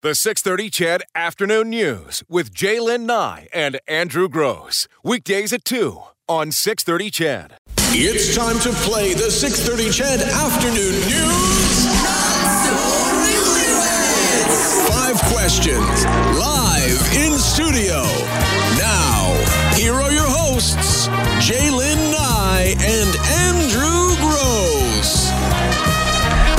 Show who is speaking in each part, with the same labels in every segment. Speaker 1: The 630 Chad Afternoon News with Jaylen Nye and Andrew Gross. Weekdays at 2 on 630 Chad.
Speaker 2: It's time to play the 6:30 Chad Afternoon News. Five questions live in studio. Now, here are your hosts, Jaylen Nye and Andrew Gross.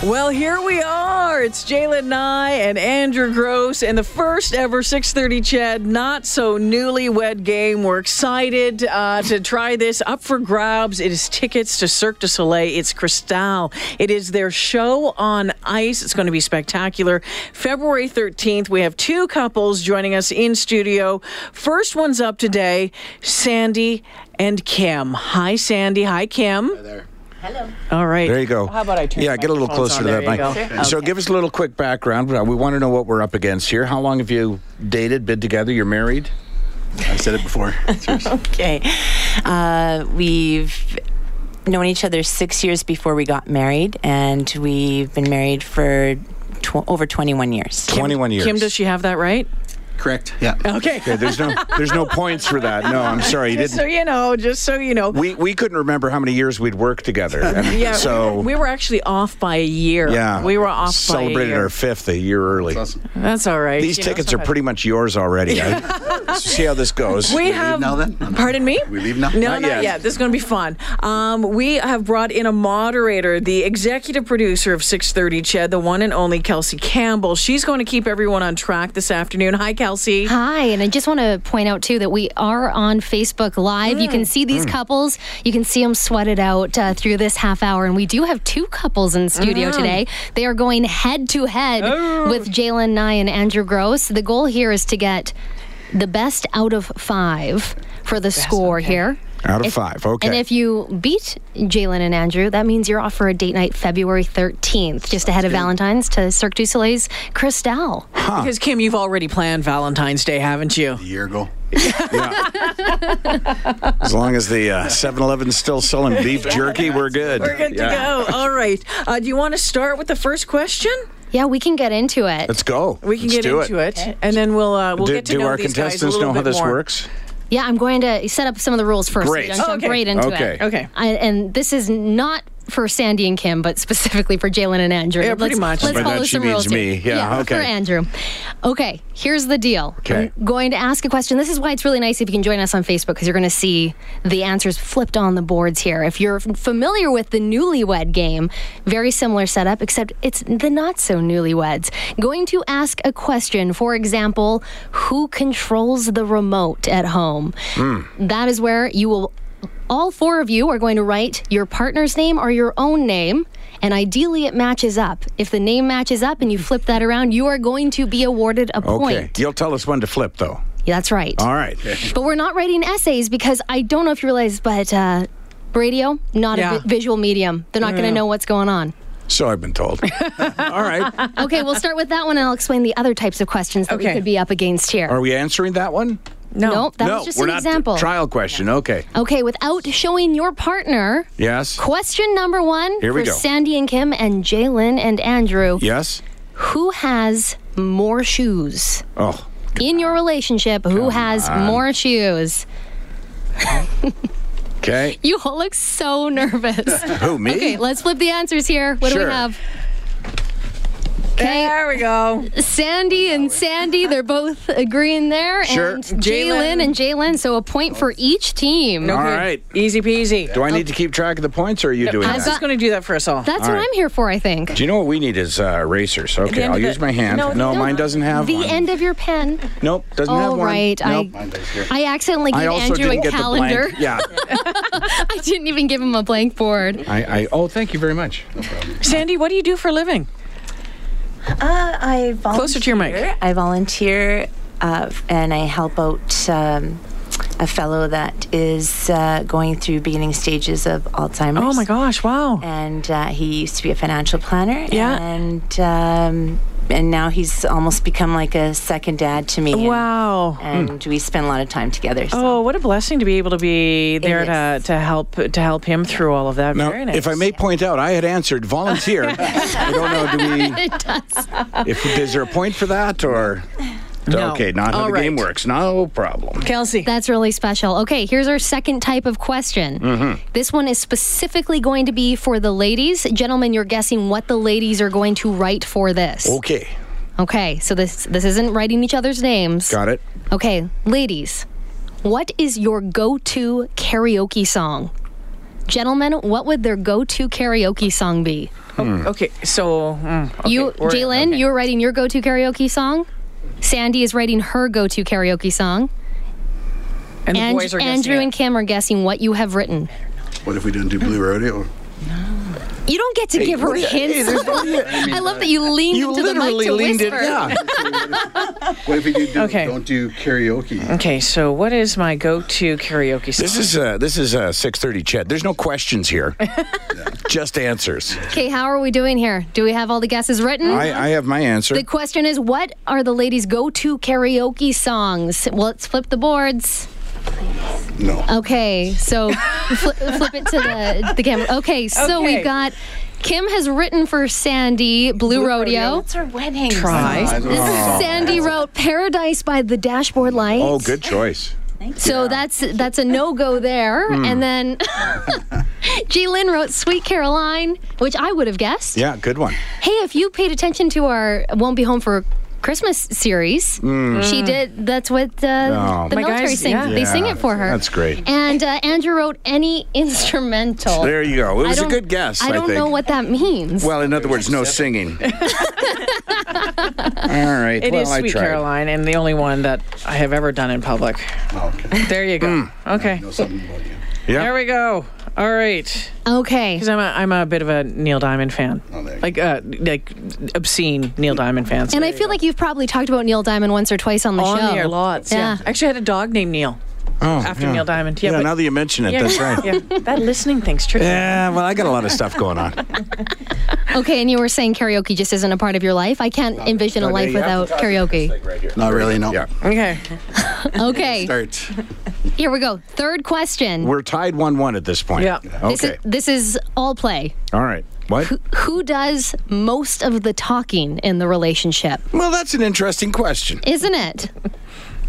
Speaker 3: Well, here we are. It's Jalen Nye and Andrew Gross, and the first ever 6:30 Chad not so newlywed game. We're excited uh, to try this. Up for grabs, it is tickets to Cirque du Soleil. It's Cristal. It is their show on ice. It's going to be spectacular. February 13th, we have two couples joining us in studio. First one's up today, Sandy and Kim. Hi, Sandy. Hi, Kim. All right.
Speaker 4: There you go.
Speaker 3: How about I turn
Speaker 4: Yeah,
Speaker 3: my
Speaker 4: get a little
Speaker 3: headphones
Speaker 4: closer
Speaker 3: on?
Speaker 4: to
Speaker 3: There
Speaker 4: that mic.
Speaker 3: you go.
Speaker 4: So,
Speaker 3: Okay.
Speaker 4: give us a little quick background. Uh, We want to know what we're up against here. How long have you dated, been together? You're married?
Speaker 5: I've said it before.
Speaker 6: Okay. Uh, we've known each other six years before we got married, and we've been married for tw- over 21 years.
Speaker 4: 21 years.
Speaker 3: Kim, does she have that right?
Speaker 5: Correct. Yeah.
Speaker 3: Okay.
Speaker 4: Okay, there's no, there's no points for that. No, I'm sorry, you
Speaker 3: Just so
Speaker 4: didn't.
Speaker 3: you know, just so you know.
Speaker 4: We we couldn't remember how many years we'd worked together. And
Speaker 3: yeah,
Speaker 4: so
Speaker 3: we were actually off by a year.
Speaker 4: yeah,
Speaker 3: we were off by a
Speaker 4: Celebrated
Speaker 3: year.
Speaker 4: our fifth a year early.
Speaker 3: That's all right.
Speaker 4: These
Speaker 3: You know,
Speaker 4: tickets are
Speaker 3: sometimes-
Speaker 4: pretty much yours already. I, see how this goes.
Speaker 3: We have.
Speaker 5: now then?
Speaker 3: Pardon me.
Speaker 5: We leave now?
Speaker 3: No,
Speaker 5: Not
Speaker 3: not yet.
Speaker 4: yet.
Speaker 3: This is going to be fun. Um, we have brought in a moderator, the executive producer of 6:30 Ched, the one and only Kelsey Campbell. She's going to keep everyone on track this afternoon. Hi, Kelsey.
Speaker 7: Hi, and I just want to point out too that we are on Facebook Live. You can see these couples, you can see them sweated out uh, through this half hour, and we do have two couples in studio today. They are going head to head with Jalen Nye and Andrew Gross. The goal here is to get the best out of five for the score here.
Speaker 4: Out of five. Okay.
Speaker 7: And if you beat Jalen and Andrew, that means you're off for a date night February 13th, just ahead of Valentine's to Cirque du Soleil's Cristal.
Speaker 3: Because Kim, you've already planned Valentine's Day, haven't you?
Speaker 5: A year ago.
Speaker 4: as long as the 7 Eleven's still selling beef jerky, we're good.
Speaker 3: We're good
Speaker 4: Yeah.
Speaker 3: to go. All right. Uh, do you want to start with the first question?
Speaker 7: Yeah, we can get into it.
Speaker 4: Let's go.
Speaker 3: We can
Speaker 4: Let's
Speaker 3: get
Speaker 4: do
Speaker 3: into it, and then we'll uh, we'll
Speaker 4: do
Speaker 3: get to
Speaker 4: do
Speaker 3: know
Speaker 4: our
Speaker 3: these
Speaker 4: contestants
Speaker 3: guys a little
Speaker 4: know how
Speaker 3: bit
Speaker 4: this
Speaker 3: more.
Speaker 4: works?
Speaker 7: Yeah, I'm going to set up some of the rules first. so we
Speaker 4: Great.
Speaker 7: don't jump
Speaker 3: Oh, Okay.
Speaker 7: right into
Speaker 4: Okay.
Speaker 7: it.
Speaker 3: Okay.
Speaker 7: I, and this is not for Sandy and Kim, but specifically for Jalen and Andrew.
Speaker 3: Yeah, pretty
Speaker 7: let's,
Speaker 3: much.
Speaker 7: Let's
Speaker 4: By that
Speaker 7: follow
Speaker 4: she
Speaker 7: some
Speaker 4: means
Speaker 7: rules here.
Speaker 4: me. Yeah, okay.
Speaker 7: For Andrew. Okay. Here's the deal.
Speaker 4: Okay.
Speaker 7: I'm going to ask a question. This is why it's really nice if you can join us on Facebook because you're going to see the answers flipped on the boards here. If you're f- familiar with the newlywed game, very similar setup, except it's the not so newlyweds. Going to ask a question, for example, who controls the remote at home? That is where you will. All four of you are going to write your partner's name or your own name, and ideally it matches up. If the name matches up and you flip that around, you are going to be awarded a
Speaker 4: Okay. Uh,
Speaker 7: point.
Speaker 4: You'll tell us when to flip, though.
Speaker 7: That's right.
Speaker 4: All right.
Speaker 7: But we're not writing essays because I don't know if you realize, but uh, radio, not
Speaker 3: Yeah.
Speaker 7: a vi- visual medium. They're not going to know what's going on.
Speaker 4: So I've been told. All right.
Speaker 7: Okay, we'll start with that one and I'll explain the other types of questions that
Speaker 3: Okay.
Speaker 7: we could be up against here.
Speaker 4: Are we answering that one?
Speaker 3: No.
Speaker 7: Nope, that
Speaker 4: no,
Speaker 7: was just
Speaker 4: we're
Speaker 7: an
Speaker 4: not.
Speaker 7: example.
Speaker 4: Trial question. Okay.
Speaker 7: okay, without showing your partner,
Speaker 4: Yes.
Speaker 7: question number one
Speaker 4: Here we
Speaker 7: for
Speaker 4: go.
Speaker 7: Sandy and Kim and Jalen and Andrew.
Speaker 4: Yes.
Speaker 7: Who has more shoes?
Speaker 4: Oh,
Speaker 7: In your relationship, who has more shoes?
Speaker 4: okay.
Speaker 7: You all look so nervous.
Speaker 4: Who, me?
Speaker 7: Okay, let's flip the answers here. What do
Speaker 4: Sure.
Speaker 7: we have? Okay,
Speaker 3: There we go.
Speaker 7: Sandy and Sandy, they're both agreeing there.
Speaker 4: Sure.
Speaker 7: And Jalen and Jalen, so a point for each team.
Speaker 4: All right.
Speaker 3: Easy peasy.
Speaker 4: Do I need to keep track of the points, or are you doing
Speaker 7: I've
Speaker 4: that?
Speaker 7: got-
Speaker 3: She's going to do that for us all.
Speaker 7: That's
Speaker 4: All
Speaker 7: what
Speaker 4: right.
Speaker 7: I'm here for, I think.
Speaker 4: do you know what we need is uh, erasers? Okay,
Speaker 3: end
Speaker 4: I'll
Speaker 3: of
Speaker 4: use
Speaker 3: it-
Speaker 4: my hand.
Speaker 3: No,
Speaker 4: No,
Speaker 3: they don't.
Speaker 4: mine doesn't have
Speaker 7: The
Speaker 4: one.
Speaker 7: end of your pen.
Speaker 4: Nope, doesn't have
Speaker 7: All
Speaker 4: one.
Speaker 7: right.
Speaker 4: Nope.
Speaker 7: I, I accidentally gave
Speaker 4: I also
Speaker 7: Andrew
Speaker 4: didn't
Speaker 7: a
Speaker 4: get
Speaker 7: calendar.
Speaker 4: the blank. Yeah.
Speaker 7: I didn't even give him a blank board.
Speaker 4: I, I. Oh, thank you very much.
Speaker 3: Sandy, what do you do for a living?
Speaker 6: Uh, I volunteer.
Speaker 3: Closer to your mic.
Speaker 6: I volunteer uh, and I help out um, a fellow that is uh, going through beginning stages of Alzheimer's.
Speaker 3: Oh my Oh gosh! Wow.
Speaker 6: And uh, he used to be a financial planner.
Speaker 3: Yeah.
Speaker 6: And um, and now he's almost become like a second dad to me. and-
Speaker 3: Wow.
Speaker 6: And, we spend a lot of time together. So.
Speaker 3: Oh, what a blessing to be able to be there to,
Speaker 6: is.
Speaker 3: to help to help him through all of that.
Speaker 4: Now,
Speaker 3: Very nice.
Speaker 4: if I may point out, I had answered volunteer. I don't know. Do we?
Speaker 7: It does.
Speaker 4: If is there a point for that or?
Speaker 3: No.
Speaker 4: Okay, not how
Speaker 3: All
Speaker 4: the game
Speaker 3: right.
Speaker 4: works. No problem.
Speaker 3: Kelsey.
Speaker 7: That's really special. Okay, here's our second type of question. This one is specifically going to be for the ladies. Gentlemen, you're guessing what the ladies are going to write for this.
Speaker 4: Okay,
Speaker 7: Okay, so this this isn't writing each other's names.
Speaker 4: got it.
Speaker 7: Okay, ladies, what is your go-to karaoke song? Gentlemen, what would their go-to karaoke song be?
Speaker 3: Okay, so mm, okay,
Speaker 7: you,
Speaker 3: we're-
Speaker 7: Jalen,
Speaker 3: okay.
Speaker 7: you're writing your go-to karaoke song. Sandy is writing her go-to karaoke song.
Speaker 3: and, the
Speaker 7: And
Speaker 3: boys are
Speaker 7: Andrew
Speaker 3: guessing
Speaker 7: and Kim are guessing what you have written.
Speaker 5: What if we didn't do Blue Rodeo?
Speaker 7: You don't get to give her
Speaker 4: what- hey,
Speaker 7: hints.
Speaker 4: there's no- yeah, I mean,
Speaker 7: I love that you leaned
Speaker 4: You
Speaker 7: into the mic
Speaker 4: literally
Speaker 7: to
Speaker 4: leaned it.
Speaker 7: whisper.
Speaker 4: Yeah.
Speaker 5: What if we do, do
Speaker 3: Okay. Uh-huh.
Speaker 5: don't do karaoke?
Speaker 3: it. Okay, so what is my go-to karaoke song?
Speaker 4: This is uh, this is uh, six thirty. Chad, there's no questions here, just answers.
Speaker 7: Okay, how are we doing here? Do we have all the guesses written?
Speaker 4: I, I have my answer.
Speaker 7: the question is, what are the ladies' go-to karaoke songs? Well, let's flip the boards.
Speaker 5: No.
Speaker 7: Okay, so fli flip it to the, the camera. Okay, so
Speaker 3: Okay.
Speaker 7: we've got Kim has written for Sandy Blue, Rodeo.
Speaker 6: It's our wedding.
Speaker 3: Try.
Speaker 5: I don't
Speaker 7: This
Speaker 5: know.
Speaker 7: is Sandy wrote Paradise by the Dashboard Lights.
Speaker 4: oh, good choice.
Speaker 7: So that's that's a no go there.
Speaker 4: Hmm.
Speaker 7: And then G Lynn wrote Sweet Caroline, which I would have guessed.
Speaker 4: Yeah, good one.
Speaker 7: Hey, if you paid attention to our Won't Be Home for Christmas series,
Speaker 4: Hmm.
Speaker 7: she did. That's what uh, the
Speaker 3: My
Speaker 7: military
Speaker 3: guys,
Speaker 7: sings.
Speaker 3: yeah.
Speaker 7: They sing
Speaker 4: Oh. Yeah,
Speaker 7: it for her.
Speaker 4: that's great.
Speaker 7: And uh, Andrew wrote any instrumental.
Speaker 4: There you go. It
Speaker 7: I
Speaker 4: was a
Speaker 7: don't-
Speaker 4: good guess. I,
Speaker 7: I don't
Speaker 4: think.
Speaker 7: know what that means.
Speaker 4: Well, in other words, no singing. All right.
Speaker 3: It
Speaker 4: well,
Speaker 3: is
Speaker 4: I
Speaker 3: Sweet
Speaker 4: tried.
Speaker 3: Caroline, and the only one that I have ever done in public.
Speaker 5: Oh, okay.
Speaker 3: There you go. Okay,
Speaker 5: Know something about you.
Speaker 4: Yeah.
Speaker 3: there we go. All right,
Speaker 7: okay.
Speaker 3: because I'm a, I'm a bit of a Neil Diamond fan,
Speaker 5: there you
Speaker 3: like uh, like obscene Neil Diamond fans.
Speaker 7: And I feel like you've probably talked about Neil Diamond once or twice on the
Speaker 3: on
Speaker 7: show.
Speaker 3: there lots. Yeah. actually, I had a dog named Neil
Speaker 4: Oh,
Speaker 3: after
Speaker 4: yeah.
Speaker 3: Neil Diamond. Yeah,
Speaker 4: Yeah,
Speaker 3: but-
Speaker 4: now that you mention it,
Speaker 3: yeah,
Speaker 4: that's right.
Speaker 3: yeah. That listening thing's tricky.
Speaker 4: Yeah, well, I got a lot of stuff going on.
Speaker 7: Okay, and you were saying karaoke just isn't a part of your life. I can't envision a
Speaker 4: No,
Speaker 7: life
Speaker 4: you have
Speaker 7: without
Speaker 4: to talk to this
Speaker 7: karaoke.
Speaker 4: thing right here.
Speaker 5: Not really, no.
Speaker 4: Yeah.
Speaker 3: Okay.
Speaker 7: Okay,
Speaker 5: Start.
Speaker 7: here we go. Third question.
Speaker 4: We're tied 1 1 at this point.
Speaker 3: Yeah.
Speaker 7: This
Speaker 4: Okay.
Speaker 7: is this is all play.
Speaker 4: All right. What?
Speaker 7: Who does most of the talking in the relationship?
Speaker 4: Well, that's an interesting question.
Speaker 7: Isn't it?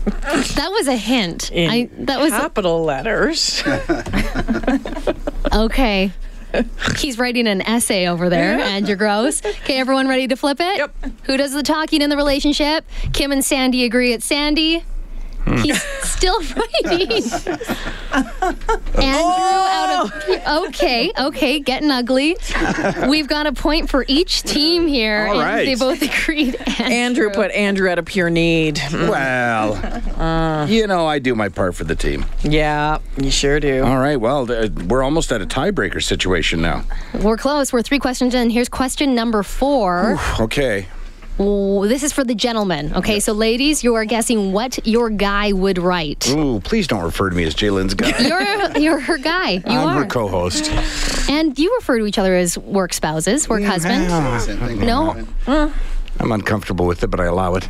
Speaker 7: that was a hint.
Speaker 3: In
Speaker 7: I that was
Speaker 3: capital letters.
Speaker 7: okay. He's writing an essay over there, Andrew Gross. Okay, everyone ready to flip it?
Speaker 3: Yep.
Speaker 7: Who does the talking in the relationship? Kim and Sandy agree it's Sandy.
Speaker 4: Hmm.
Speaker 7: He's still writing. Andrew
Speaker 3: Oh!
Speaker 7: out of okay, okay, getting ugly. We've got a point for each team here, and
Speaker 4: All right.
Speaker 7: they both agreed.
Speaker 3: Andrew put Andrew at a pure need.
Speaker 4: Well,
Speaker 3: Uh.
Speaker 4: you know, I do my part for the team.
Speaker 3: Yeah, you sure do.
Speaker 4: All right. Well, th- we're almost at a tiebreaker situation now.
Speaker 7: We're close. We're three questions in. Here's question number four.
Speaker 4: Okay.
Speaker 7: Ooh, this is for the gentlemen. Okay, so ladies, you are guessing what your guy would write.
Speaker 4: Ooh, please don't refer to me as Jalen's guy.
Speaker 7: You're you're her guy. You
Speaker 4: I'm
Speaker 7: are,
Speaker 4: her co host.
Speaker 7: and you refer to each other as work spouses, work husband.
Speaker 5: Same thing.
Speaker 7: No.
Speaker 4: Mm. I'm uncomfortable with it, but I allow it.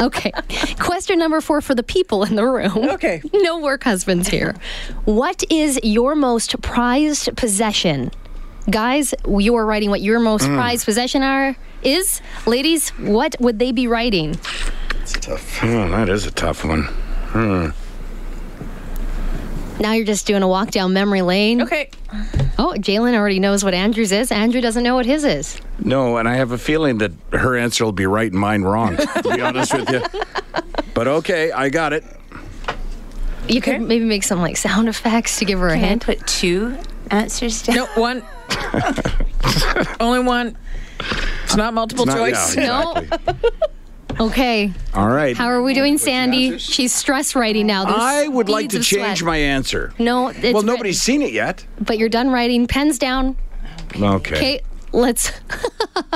Speaker 7: Okay. Question number four for the people in the room.
Speaker 3: Okay.
Speaker 7: No work husbands here. What is your most prized possession? Guys, you are writing what your most
Speaker 4: Mm.
Speaker 7: prized possession are is. Ladies, what would they be writing?
Speaker 5: It's tough.
Speaker 4: Hmm, that is a tough one.
Speaker 7: Now you're just doing a walk down memory lane.
Speaker 3: Okay.
Speaker 7: Oh, Jalen already knows what Andrew's is. Andrew doesn't know what his is.
Speaker 4: No, and I have a feeling that her answer will be right and mine wrong, to be honest with you. But okay, I got it.
Speaker 7: You could maybe make some like sound effects to give her a
Speaker 6: Can I
Speaker 7: hint.
Speaker 6: put two answers down?
Speaker 3: No, one. Only one. It's not multiple
Speaker 4: Not- yeah,
Speaker 3: choice.
Speaker 7: No. Okay.
Speaker 4: All right.
Speaker 7: How are we doing, Sandy? She's stress writing now. There's
Speaker 4: I would like
Speaker 7: beads
Speaker 4: to
Speaker 7: of
Speaker 4: change
Speaker 7: sweat.
Speaker 4: my answer.
Speaker 7: No, it's
Speaker 4: Ah. well,
Speaker 7: written,
Speaker 4: nobody's seen it yet.
Speaker 7: But you're done writing. Pens down.
Speaker 4: Okay.
Speaker 7: Okay, let's.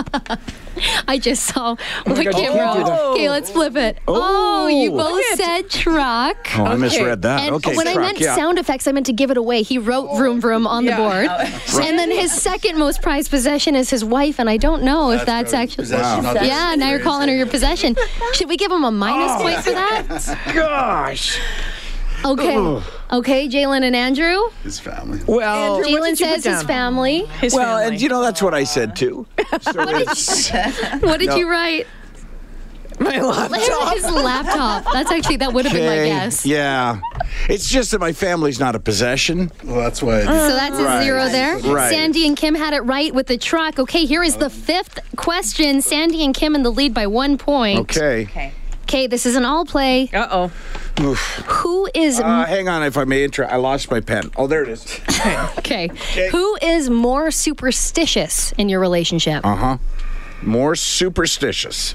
Speaker 7: I just saw what
Speaker 4: Oh God, you
Speaker 7: camera.
Speaker 4: can't do
Speaker 3: that.
Speaker 7: Okay, let's flip it. Oh, you
Speaker 4: Oh.
Speaker 7: both said truck.
Speaker 4: Oh, I misread that.
Speaker 7: And
Speaker 4: okay,
Speaker 7: when
Speaker 4: truck,
Speaker 7: I meant
Speaker 4: yeah.
Speaker 7: sound effects, I meant to give it away. He wrote "vroom vroom" on
Speaker 3: Oh. Yeah.
Speaker 7: the board, and then his second most prized possession is his wife, and I don't know if that's,
Speaker 5: probably
Speaker 7: actually.
Speaker 5: possession, not the-
Speaker 7: Yeah, now you're calling her your possession. Should we give him a minus
Speaker 3: Oh.
Speaker 7: point for that?
Speaker 4: Gosh.
Speaker 7: Okay, okay, Jalen and Andrew.
Speaker 5: His family.
Speaker 4: Well,
Speaker 3: Andrew, Oh. what
Speaker 7: Jalen
Speaker 3: did you put
Speaker 7: says his
Speaker 3: down?
Speaker 7: family.
Speaker 3: His
Speaker 8: Well,
Speaker 3: family.
Speaker 8: and you know that's what I said too. So it's
Speaker 7: What did you write?
Speaker 8: my laptop.
Speaker 7: His laptop. That's actually that would have been my
Speaker 4: okay,
Speaker 7: guess.
Speaker 4: Yeah. It's just that my family's not a possession.
Speaker 5: Well, that's why.
Speaker 7: So that's a zero there.
Speaker 4: Right.
Speaker 7: Sandy and Kim had it right with the truck. Okay, here is the fifth question. Sandy and Kim in the lead by one point.
Speaker 4: Okay.
Speaker 7: Okay, this is an all play.
Speaker 3: Uh oh.
Speaker 7: Who is
Speaker 4: Uh, hang on, if I may interrupt. I lost my pen. Oh, there it is.
Speaker 7: okay? Who is more superstitious in your relationship?
Speaker 3: Uh.
Speaker 4: Uh-huh. More superstitious.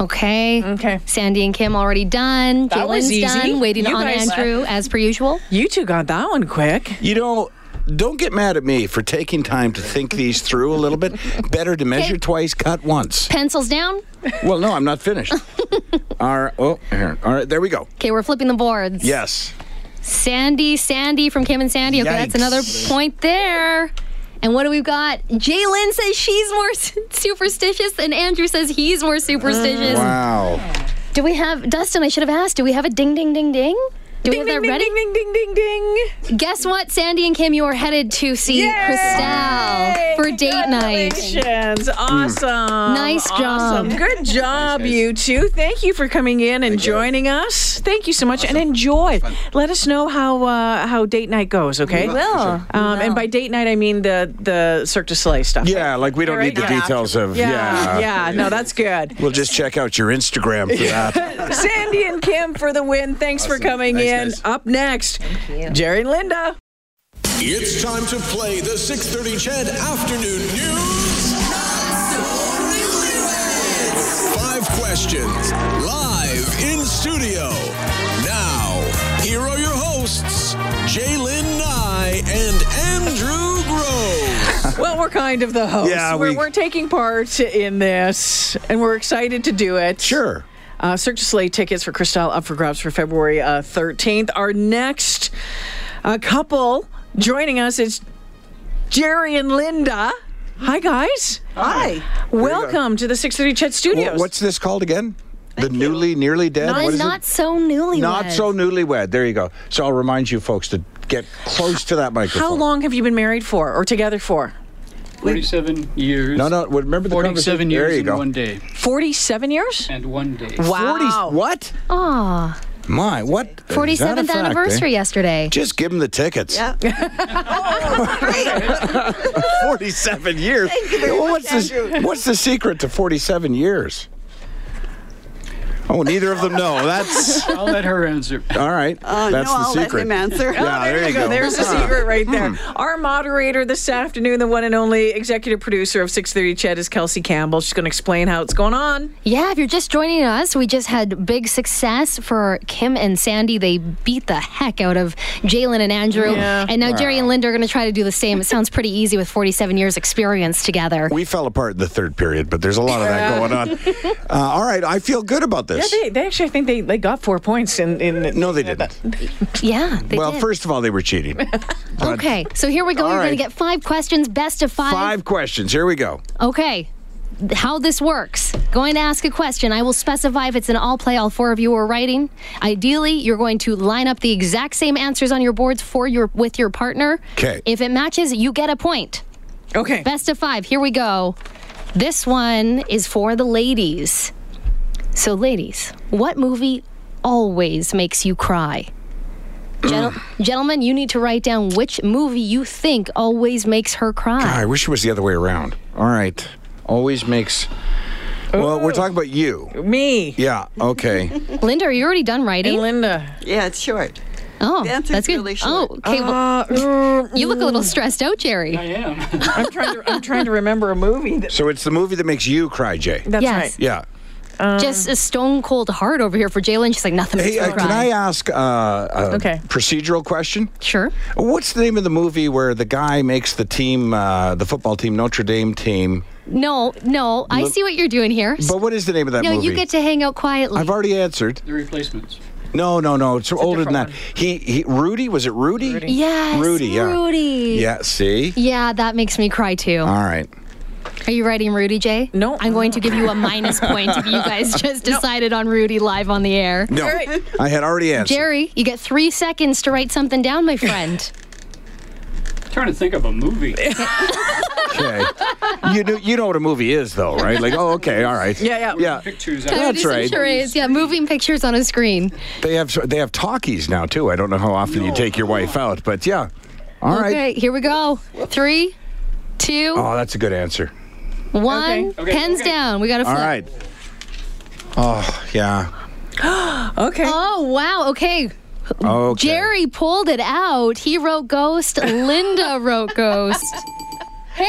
Speaker 7: Okay.
Speaker 3: Okay.
Speaker 7: Sandy and Kim already done.
Speaker 3: That was
Speaker 7: Jalen's
Speaker 3: easy.
Speaker 7: done. Waiting
Speaker 3: You
Speaker 7: on
Speaker 3: guys-
Speaker 7: Andrew as per usual.
Speaker 3: You two got that one quick.
Speaker 4: You know, don't get mad at me for taking time to think these through a little bit. Better to measure twice, cut once.
Speaker 7: Pencils down.
Speaker 4: Well, no, I'm not finished. All right. Oh, here. All right. There we go.
Speaker 7: Okay, we're flipping the boards.
Speaker 4: Yes.
Speaker 7: Sandy, Sandy from Kim and Sandy. Okay, that's
Speaker 4: Yikes.
Speaker 7: another point there. And what do we've got? Jalen says she's more s- superstitious, and Andrew says he's more superstitious.
Speaker 3: Mm,
Speaker 4: Wow.
Speaker 7: Do we have Dustin? I should have asked. Do we have a ding, ding, ding, ding? Do we have that
Speaker 3: ding,
Speaker 7: ready?
Speaker 3: ding, ding, ding, ding, ding.
Speaker 7: Guess what, Sandy and Kim? You are headed to see Christelle for date night.
Speaker 3: Congratulations. Awesome.
Speaker 7: Nice job.
Speaker 3: Awesome. Good job, you two. Thank you for coming in and joining us. Thank you so much and enjoy. Let us know how uh, how date night goes, okay?
Speaker 6: Will.
Speaker 3: Um, And by date night, I mean the, the Cirque du Soleil stuff.
Speaker 4: Yeah, like we don't
Speaker 3: Right
Speaker 4: need the
Speaker 3: now.
Speaker 4: details of.
Speaker 3: Yeah,
Speaker 4: Yeah.
Speaker 3: yeah, no, that's good.
Speaker 4: We'll just check out your Instagram for that.
Speaker 3: Sandy and Kim for the win. Thanks for coming in.
Speaker 5: Thanks, guys.
Speaker 3: Up next, Jerry and Linda.
Speaker 2: It's time to play the 630 Chad Afternoon News. Five questions live in studio. Now, here are your hosts, Jaylen Nye and Andrew Groves.
Speaker 3: Well, we're kind of the host.
Speaker 4: Yeah,
Speaker 3: we're,
Speaker 4: we-
Speaker 3: we're taking part in this, and we're excited to do it.
Speaker 4: Sure.
Speaker 3: Uh, Cirque du Soleil tickets for Christelle up for grabs for February uh, 13th. Our next uh, couple joining us is Jerry and Linda. Hi, guys.
Speaker 8: Hi.
Speaker 3: Welcome to the 630 Chet Studios.
Speaker 4: Wha- what's this called again? the newly, nearly dead. What
Speaker 7: I'm
Speaker 4: is it?
Speaker 7: not so newlywed.
Speaker 4: Not so newlywed. There you go. So I'll remind you folks to get close to that microphone.
Speaker 3: How long have you been married for or together for?
Speaker 9: 47 years.
Speaker 4: No, no. Remember the conversation?
Speaker 9: 47 years
Speaker 4: There you
Speaker 9: and
Speaker 4: go.
Speaker 9: one day.
Speaker 3: 47 years?
Speaker 9: And one day.
Speaker 3: Wow.
Speaker 4: What?
Speaker 7: Aw,
Speaker 4: My, what? is that a
Speaker 7: 47th
Speaker 4: fact, eh?
Speaker 7: anniversary yesterday.
Speaker 4: Just give them the tickets.
Speaker 8: Yeah.
Speaker 4: 47 years. Well, what's, the, what's the secret to 47 years? Oh, neither of them know. That's
Speaker 9: I'll let her answer.
Speaker 4: all right.
Speaker 2: Oh,
Speaker 8: Uh,
Speaker 4: That's
Speaker 8: no,
Speaker 4: the
Speaker 8: I'll
Speaker 4: secret.
Speaker 8: let him answer.
Speaker 3: Oh,
Speaker 4: Yeah, Oh, there, you go. Hmm.
Speaker 3: There's the secret right there. Our moderator this afternoon, the one and only executive producer of 630 Chet is Kelsey Campbell. She's going to explain how it's going on.
Speaker 7: Yeah, if you're just joining us, we just had big success for Kim and Sandy. They beat the heck out of Jalen and Andrew.
Speaker 3: Yeah.
Speaker 7: And now Jerry and Linda are going to try to do the same. It sounds pretty easy with 47 years experience together.
Speaker 4: We fell apart in the third period, but there's a lot of that going on. Uh, all right, I feel good about
Speaker 3: Yeah,
Speaker 4: this.
Speaker 3: they, they actually, I think they, they got four points in, in
Speaker 4: no, they didn't.
Speaker 7: Yeah, they
Speaker 4: Well,
Speaker 7: did.
Speaker 4: first of all, they were cheating.
Speaker 7: Okay, so here we go.
Speaker 4: All
Speaker 7: You're going
Speaker 4: right.
Speaker 7: to get five questions, best of
Speaker 4: Five questions. Here we go.
Speaker 7: Okay. How this works. Going to ask a question. I will specify if it's an all play, all four of you are writing. Ideally, you're going to line up the exact same answers on your boards for your with your partner.
Speaker 4: 'Kay.
Speaker 7: If it matches, you get a point.
Speaker 3: Okay.
Speaker 7: Best of five. Here we go. This one is for the ladies. So, ladies, what movie always makes you cry? Gentle- gentlemen, you need to write down which movie you think always makes her cry.
Speaker 4: I wish it was the other way around. All right. Always makes. Well,
Speaker 7: Oh.
Speaker 4: we're talking about you.
Speaker 3: Me
Speaker 4: Yeah. Okay.
Speaker 7: Linda, are you already done writing?
Speaker 3: and Linda.
Speaker 8: Yeah, it's short.
Speaker 7: Oh,
Speaker 8: The answer's
Speaker 7: that's good.
Speaker 8: really
Speaker 7: Oh,
Speaker 8: short.
Speaker 7: okay. well,
Speaker 3: Uh,
Speaker 7: you look a little stressed out, Jerry.
Speaker 9: I am.
Speaker 3: I'm trying to I'm trying to remember a movie. That,
Speaker 4: So it's the movie that makes you cry, Jay.
Speaker 3: that's
Speaker 7: Yes.
Speaker 3: right.
Speaker 4: Yeah.
Speaker 7: Just a stone cold heart over here for Jalen. She's like, nothing makes
Speaker 4: Hey,
Speaker 7: me
Speaker 4: uh,
Speaker 7: cry.
Speaker 4: can I ask uh, a
Speaker 3: Okay.
Speaker 4: procedural question?
Speaker 7: Sure.
Speaker 4: What's the name of the movie where the guy makes the team, uh, the football team, Notre Dame team?
Speaker 7: No, no. I see what you're doing here.
Speaker 4: But what is the name of that
Speaker 7: no,
Speaker 4: movie?
Speaker 7: you get to hang out quietly.
Speaker 4: I've already answered.
Speaker 9: The replacements.
Speaker 4: No, no, no. It's, older than
Speaker 3: different
Speaker 4: that. He, he, Rudy. Was it Rudy? Rudy.
Speaker 7: yes,
Speaker 4: Rudy. Yeah.
Speaker 7: Rudy.
Speaker 4: Yeah. Uh. See.
Speaker 7: Yeah, that makes me cry too.
Speaker 4: All right.
Speaker 7: Are you writing Rudy, Jay?
Speaker 3: No.
Speaker 7: I'm going to give you a minus point if you guys just decided on Rudy live on the air.
Speaker 4: No, I had already answered.
Speaker 7: Jerry, you get three seconds to write something down, my friend.
Speaker 9: trying to think of a movie.
Speaker 4: Okay. you know, you know what a movie is, though, right? Like, oh, okay, all right.
Speaker 3: Yeah, yeah.
Speaker 4: Yeah.
Speaker 9: Pictures.
Speaker 4: That's
Speaker 7: Notice
Speaker 4: right.
Speaker 7: charades. Yeah, moving pictures on a screen.
Speaker 4: They have they have talkies now too. I don't know how often you take your wife out, but yeah. All right.
Speaker 7: Okay, here we go. Three, two, one.
Speaker 4: Oh, that's a good answer.
Speaker 9: Okay,
Speaker 7: Pens
Speaker 9: okay.
Speaker 7: down. We got to
Speaker 4: All
Speaker 7: flip.
Speaker 4: right. Oh yeah.
Speaker 3: Okay.
Speaker 7: Oh, wow. Okay.
Speaker 4: Okay.
Speaker 7: Jerry pulled it out. He wrote Ghost. Linda wrote Ghost. Hey,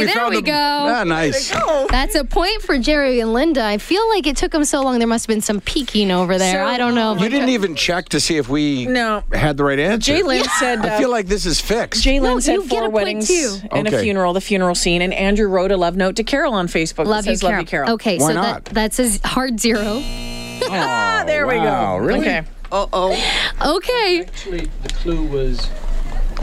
Speaker 4: Oh,
Speaker 7: there
Speaker 4: found
Speaker 7: we
Speaker 4: a-
Speaker 7: go.
Speaker 4: Ah, nice.
Speaker 3: Oh,
Speaker 7: That's a point for Jerry and Linda. I feel like it took them so long. There must have been some peeking over there.
Speaker 3: So-
Speaker 7: I don't know.
Speaker 4: You didn't even check to see if we
Speaker 3: No.
Speaker 4: had the right answer.
Speaker 3: Jalen said.
Speaker 4: I
Speaker 3: uh,
Speaker 4: feel like this is fixed.
Speaker 3: Jalen
Speaker 7: No,
Speaker 3: said
Speaker 7: you get a
Speaker 3: four
Speaker 7: point,
Speaker 3: weddings
Speaker 7: too.
Speaker 3: and a
Speaker 4: Okay.
Speaker 3: funeral, the funeral scene, and Andrew wrote a love note to Carol on Facebook. that
Speaker 7: love you,
Speaker 3: says,
Speaker 7: Carol.
Speaker 3: Love you, Carol.
Speaker 7: Okay,
Speaker 4: Why
Speaker 7: so
Speaker 4: not?
Speaker 7: That, that's a hard zero.
Speaker 3: Ah, there we
Speaker 4: wow,
Speaker 3: go.
Speaker 4: really?
Speaker 3: Okay.
Speaker 7: Okay.
Speaker 9: Actually, the clue was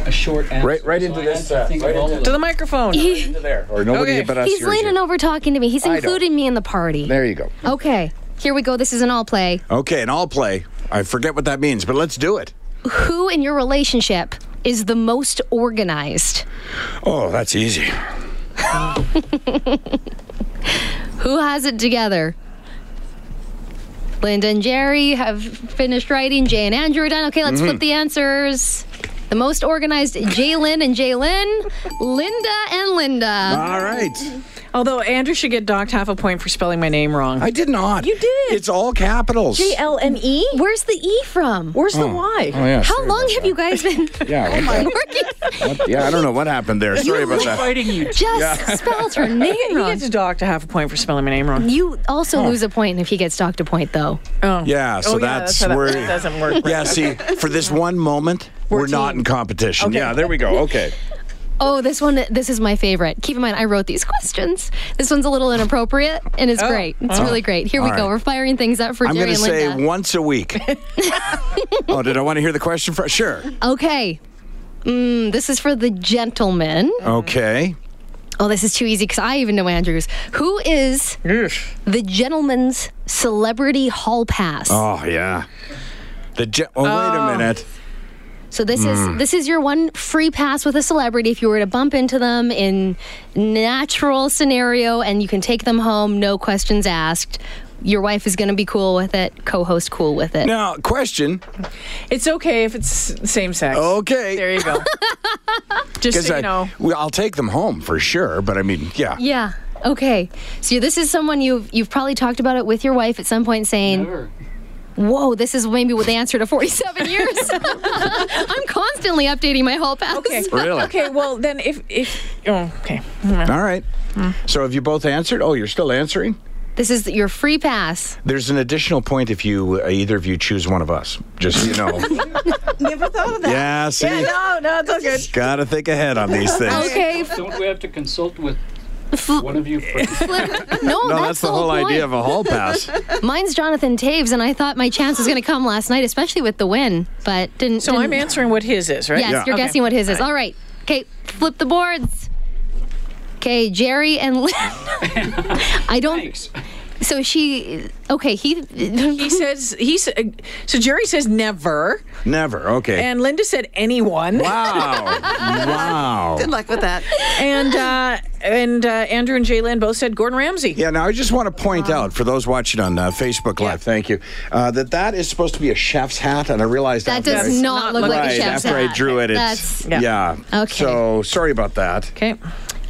Speaker 9: a short answer.
Speaker 4: Right- right
Speaker 9: so
Speaker 4: into
Speaker 9: I
Speaker 4: this,
Speaker 9: had to
Speaker 4: uh,
Speaker 9: think
Speaker 4: right
Speaker 9: of all
Speaker 4: into
Speaker 9: of
Speaker 3: To
Speaker 9: them.
Speaker 3: the microphone.
Speaker 4: Into there, or nobody
Speaker 3: Okay.
Speaker 4: but us.
Speaker 7: He's
Speaker 4: hears
Speaker 7: leaning
Speaker 4: you.
Speaker 7: over talking to me. He's
Speaker 4: don't.
Speaker 7: including me in the party.
Speaker 4: There you go.
Speaker 7: Okay. Here we go. This is an all play.
Speaker 4: Okay, and I'll play. I forget what that means, but let's do it.
Speaker 7: Who in your relationship is the most organized?
Speaker 4: Oh, that's easy.
Speaker 7: Who has it together? Linda and Jerry have finished writing. Jay and Andrew are done. Okay, let's flip the answers. The most organized, Jalen and Jalen, Linda and Linda.
Speaker 4: All right.
Speaker 3: Although Andrew should get docked half a point for spelling my name wrong.
Speaker 4: I did not.
Speaker 3: You did.
Speaker 4: It's all capitals.
Speaker 3: L N E?
Speaker 7: Where's the E from?
Speaker 3: Where's the Y?
Speaker 4: Oh, yeah.
Speaker 7: How
Speaker 4: sorry
Speaker 7: long
Speaker 4: about
Speaker 7: have you guys been
Speaker 4: Yeah, what the-
Speaker 7: working?
Speaker 4: what- yeah, I don't know what happened there. Sorry about that.
Speaker 9: Fighting you.
Speaker 7: Just spelled her name
Speaker 3: You
Speaker 7: wrong.
Speaker 3: get to docked a half a point for spelling my name wrong.
Speaker 7: You also lose a point if he gets docked a point, though.
Speaker 3: Oh.
Speaker 4: Yeah, so
Speaker 3: oh, yeah,
Speaker 4: that's,
Speaker 3: how that-
Speaker 4: where.
Speaker 3: that doesn't work. right.
Speaker 4: yeah, see, for this one moment, we're, not
Speaker 3: team.
Speaker 4: in competition.
Speaker 3: Okay.
Speaker 4: Yeah, there we go. Okay.
Speaker 7: Oh, this one, this is my favorite. Keep in mind, I wrote these questions. This one's a little inappropriate, and it's great. It's really great. Here we
Speaker 4: Oh. All
Speaker 7: go.
Speaker 4: right.
Speaker 7: We're firing things up for
Speaker 4: I'm
Speaker 7: Jerry
Speaker 4: going to
Speaker 7: and
Speaker 4: say
Speaker 7: Linda.
Speaker 4: once a week. oh, did I want to hear the question for? Sure.
Speaker 7: okay. Mm, this is for the gentleman.
Speaker 4: Okay.
Speaker 7: Oh, this is too easy because I even know Andrews. Who is the gentleman's celebrity hall pass?
Speaker 4: Oh, yeah. The ge- oh, wait a minute.
Speaker 7: So this
Speaker 4: Mm.
Speaker 7: is this is your one free pass with a celebrity if you were to bump into them in natural scenario and you can take them home, no questions asked. Your wife is going to be cool with it. Co-host cool with it.
Speaker 4: Now, question.
Speaker 3: It's okay if it's same sex.
Speaker 4: Okay.
Speaker 3: There you go. Just
Speaker 4: 'Cause
Speaker 3: so
Speaker 4: I,
Speaker 3: you know.
Speaker 4: well, I'll take them home for sure, but I mean, yeah.
Speaker 7: Yeah. Okay. So this is someone you've you've probably talked about it with your wife at some point, saying,
Speaker 9: Never.
Speaker 7: "Whoa, this is maybe what the answer to 47 years." I'm constantly updating my whole pass.
Speaker 3: Okay.
Speaker 4: Really?
Speaker 3: Okay, well, then if. if oh, okay.
Speaker 4: All right. So have you both answered? Oh, you're still answering?
Speaker 7: This is your free pass.
Speaker 4: There's an additional point if you uh, either of you choose one of us. Just so you know.
Speaker 8: Never thought of that.
Speaker 4: yeah, see.
Speaker 3: No, no, it's all good.
Speaker 4: Got to think ahead on these things.
Speaker 7: Okay.
Speaker 9: Don't we have to consult with one of you
Speaker 7: No,
Speaker 9: first?
Speaker 4: No, that's,
Speaker 7: that's,
Speaker 4: the whole
Speaker 7: point.
Speaker 4: idea of a hall pass.
Speaker 7: Mine's Jonathan Taves, and I thought my chance was going to come last night, especially with the win, but didn't.
Speaker 3: So I'm
Speaker 7: didn't-
Speaker 3: answering what his is, right?
Speaker 7: Yes, you're
Speaker 3: Okay.
Speaker 7: guessing what his is. All right. Okay, flip the boards. Okay, Jerry and Lynn. I don't.
Speaker 9: Thanks.
Speaker 7: So she. Okay, he.
Speaker 3: He says, he sa- so Jerry says never,
Speaker 4: Never. Okay.
Speaker 3: and Linda said anyone.
Speaker 4: wow. wow.
Speaker 8: Good luck with that.
Speaker 3: and uh, and uh, Andrew and Jalen both said Gordon Ramsay.
Speaker 4: Yeah, now I just want to point out for those watching on uh, Facebook Live, thank you, uh, that that is supposed to be a chef's hat, and I realized
Speaker 7: That
Speaker 4: after
Speaker 7: does
Speaker 4: I,
Speaker 7: not look like
Speaker 4: right,
Speaker 7: a chef's
Speaker 4: after I
Speaker 7: hat.
Speaker 4: drew it, it's
Speaker 7: That's-
Speaker 4: yeah.
Speaker 7: Okay.
Speaker 4: So sorry about that.
Speaker 3: Okay.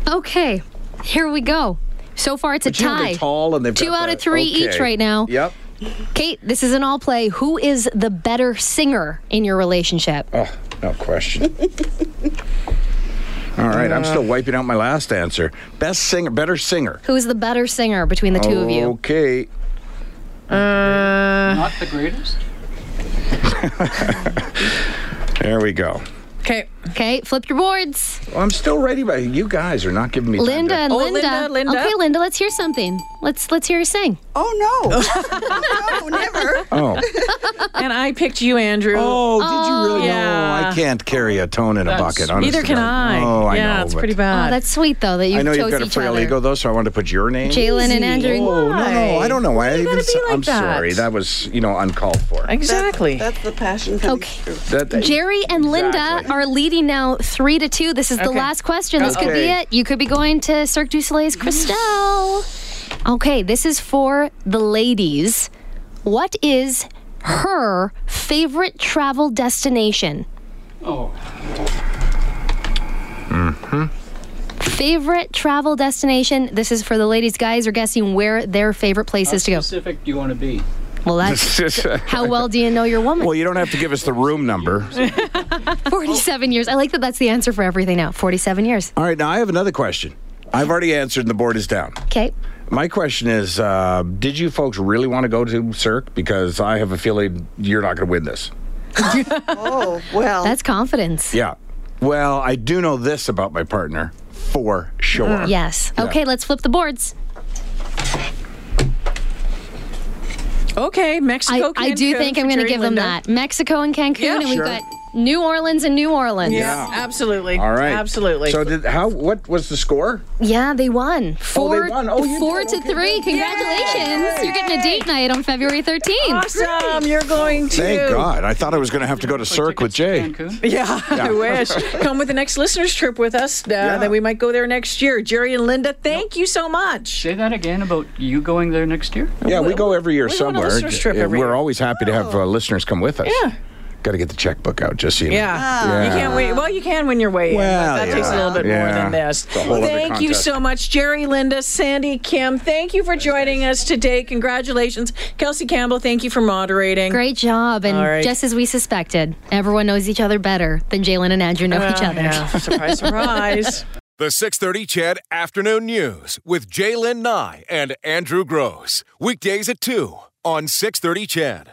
Speaker 7: Okay, here we go. So far, it's a
Speaker 4: But you know,
Speaker 7: tie.
Speaker 4: they're tall and they've
Speaker 7: Two
Speaker 4: got
Speaker 7: out
Speaker 4: the-
Speaker 7: of three each
Speaker 4: okay.
Speaker 7: right now.
Speaker 4: Yep.
Speaker 7: Kate, this is an all play. Who is the better singer in your relationship?
Speaker 4: Oh, no question. All right, I'm
Speaker 7: Uh,
Speaker 4: still wiping out my last answer. Best singer, better singer.
Speaker 7: Who is the better singer between the two of you?
Speaker 4: Okay.
Speaker 9: Not the greatest.
Speaker 4: There we go.
Speaker 3: Okay.
Speaker 4: Oh.
Speaker 7: Okay, flip your boards.
Speaker 4: Well, I'm still ready, but you guys are not giving me time to-
Speaker 7: Linda and
Speaker 3: Oh,
Speaker 7: Linda.
Speaker 3: Linda, Linda.
Speaker 7: Okay, Linda, let's hear something. Let's let's hear her sing.
Speaker 8: Oh, no. no, never.
Speaker 4: Oh.
Speaker 3: And I picked you, Andrew.
Speaker 4: Oh, did you really? No,
Speaker 3: yeah.
Speaker 4: I can't carry a tone in a
Speaker 9: That's-
Speaker 4: bucket. Honestly.
Speaker 3: Neither can I.
Speaker 4: Oh, I
Speaker 3: yeah,
Speaker 4: know.
Speaker 3: it's
Speaker 4: but
Speaker 3: pretty bad.
Speaker 7: Oh, that's sweet though that you
Speaker 4: I know
Speaker 7: chose
Speaker 4: you've got a
Speaker 7: each
Speaker 4: frail
Speaker 7: other.
Speaker 4: ego, though, so I wanted to put your name.
Speaker 7: Jalen and Andrew.
Speaker 4: Oh no, no, I don't know why I
Speaker 3: you
Speaker 4: even.
Speaker 3: gotta
Speaker 4: s-
Speaker 3: be like
Speaker 4: I'm
Speaker 3: that?
Speaker 4: sorry. That was you know uncalled for.
Speaker 3: exactly.
Speaker 8: That's the passion for
Speaker 7: Okay.
Speaker 8: these groups.
Speaker 4: That- that-
Speaker 7: Jerry and Linda
Speaker 4: Exactly.
Speaker 7: are leading now three to two. This is the
Speaker 3: Okay.
Speaker 7: last question. This could be
Speaker 4: Okay.
Speaker 7: it. You could be going to Cirque du Soleil's Christelle. Okay, this is for the ladies. What is her favorite travel destination?
Speaker 9: Oh,
Speaker 4: Mm-hmm.
Speaker 7: Favorite travel destination. This is for the ladies. Guys are guessing where their favorite place
Speaker 9: how
Speaker 7: is to go.
Speaker 9: specific do you want to be?
Speaker 7: Well, that's how well do you know your woman?
Speaker 4: well, you don't have to give us the room number.
Speaker 7: 47 years. I like that that's the answer for everything now. 47 years.
Speaker 4: All right, now I have another question. I've already answered, and the board is down.
Speaker 7: Okay.
Speaker 4: My question is: uh, Did you folks really want to go to Cirque? Because I have a feeling you're not going to win this.
Speaker 8: Oh, well.
Speaker 7: That's confidence.
Speaker 4: Yeah. Well, I do know this about my partner for sure.
Speaker 3: Mm,
Speaker 7: Yes. Okay, let's flip the boards.
Speaker 3: Okay, Mexico.
Speaker 7: I, I do
Speaker 3: Cancun
Speaker 7: think I'm
Speaker 3: for
Speaker 7: going to
Speaker 3: Jerry
Speaker 7: give them
Speaker 3: Linda.
Speaker 7: that. Mexico and Cancun,
Speaker 3: Yeah.
Speaker 7: and we've
Speaker 4: Sure.
Speaker 7: got New Orleans and New Orleans.
Speaker 3: Yeah, absolutely.
Speaker 4: All right.
Speaker 3: absolutely.
Speaker 4: So did how? What was the score?
Speaker 7: Yeah, they won. Four,
Speaker 4: won. Oh, you
Speaker 7: four
Speaker 4: did.
Speaker 7: to
Speaker 4: Okay,
Speaker 7: three. Congratulations. You're getting a date night on February 13th.
Speaker 3: awesome. You're going to.
Speaker 4: Thank God! I thought I was going to have to go to Cirque with Jay.
Speaker 9: Cancun.
Speaker 3: Yeah, I wish. Come with the next listeners trip with us. Uh, Then we might go there next year. Jerry and Linda, thank you so much.
Speaker 9: Say that again about you going there next year.
Speaker 4: Yeah, we go every year
Speaker 3: we go on a
Speaker 4: somewhere.
Speaker 3: listener's trip
Speaker 4: Yeah,
Speaker 3: every
Speaker 4: We're
Speaker 3: year. Oh.
Speaker 4: always happy to have uh, listeners come with us.
Speaker 3: Yeah.
Speaker 4: Got to get the checkbook out, just so you know.
Speaker 3: Yeah. you
Speaker 4: Yeah.
Speaker 3: can't wait. Well, you can win your way
Speaker 4: Well,
Speaker 3: in. But that takes a
Speaker 4: yeah.
Speaker 3: little bit more
Speaker 4: Yeah.
Speaker 3: than this.
Speaker 4: a whole other
Speaker 3: Thank you
Speaker 4: contest.
Speaker 3: so much, Jerry, Linda, Sandy, Kim. Thank you for joining us today. Congratulations, Kelsey Campbell. Thank you for moderating.
Speaker 7: Great job. And
Speaker 3: All right.
Speaker 7: just as we suspected, everyone knows each other better than Jalen and Andrew know
Speaker 4: Uh,
Speaker 3: Well,
Speaker 7: each other.
Speaker 3: yeah. Surprise, surprise.
Speaker 1: The 630 Chad Afternoon News with Jaylen Nye and Andrew Gross. Weekdays at 2 on 630 Chad.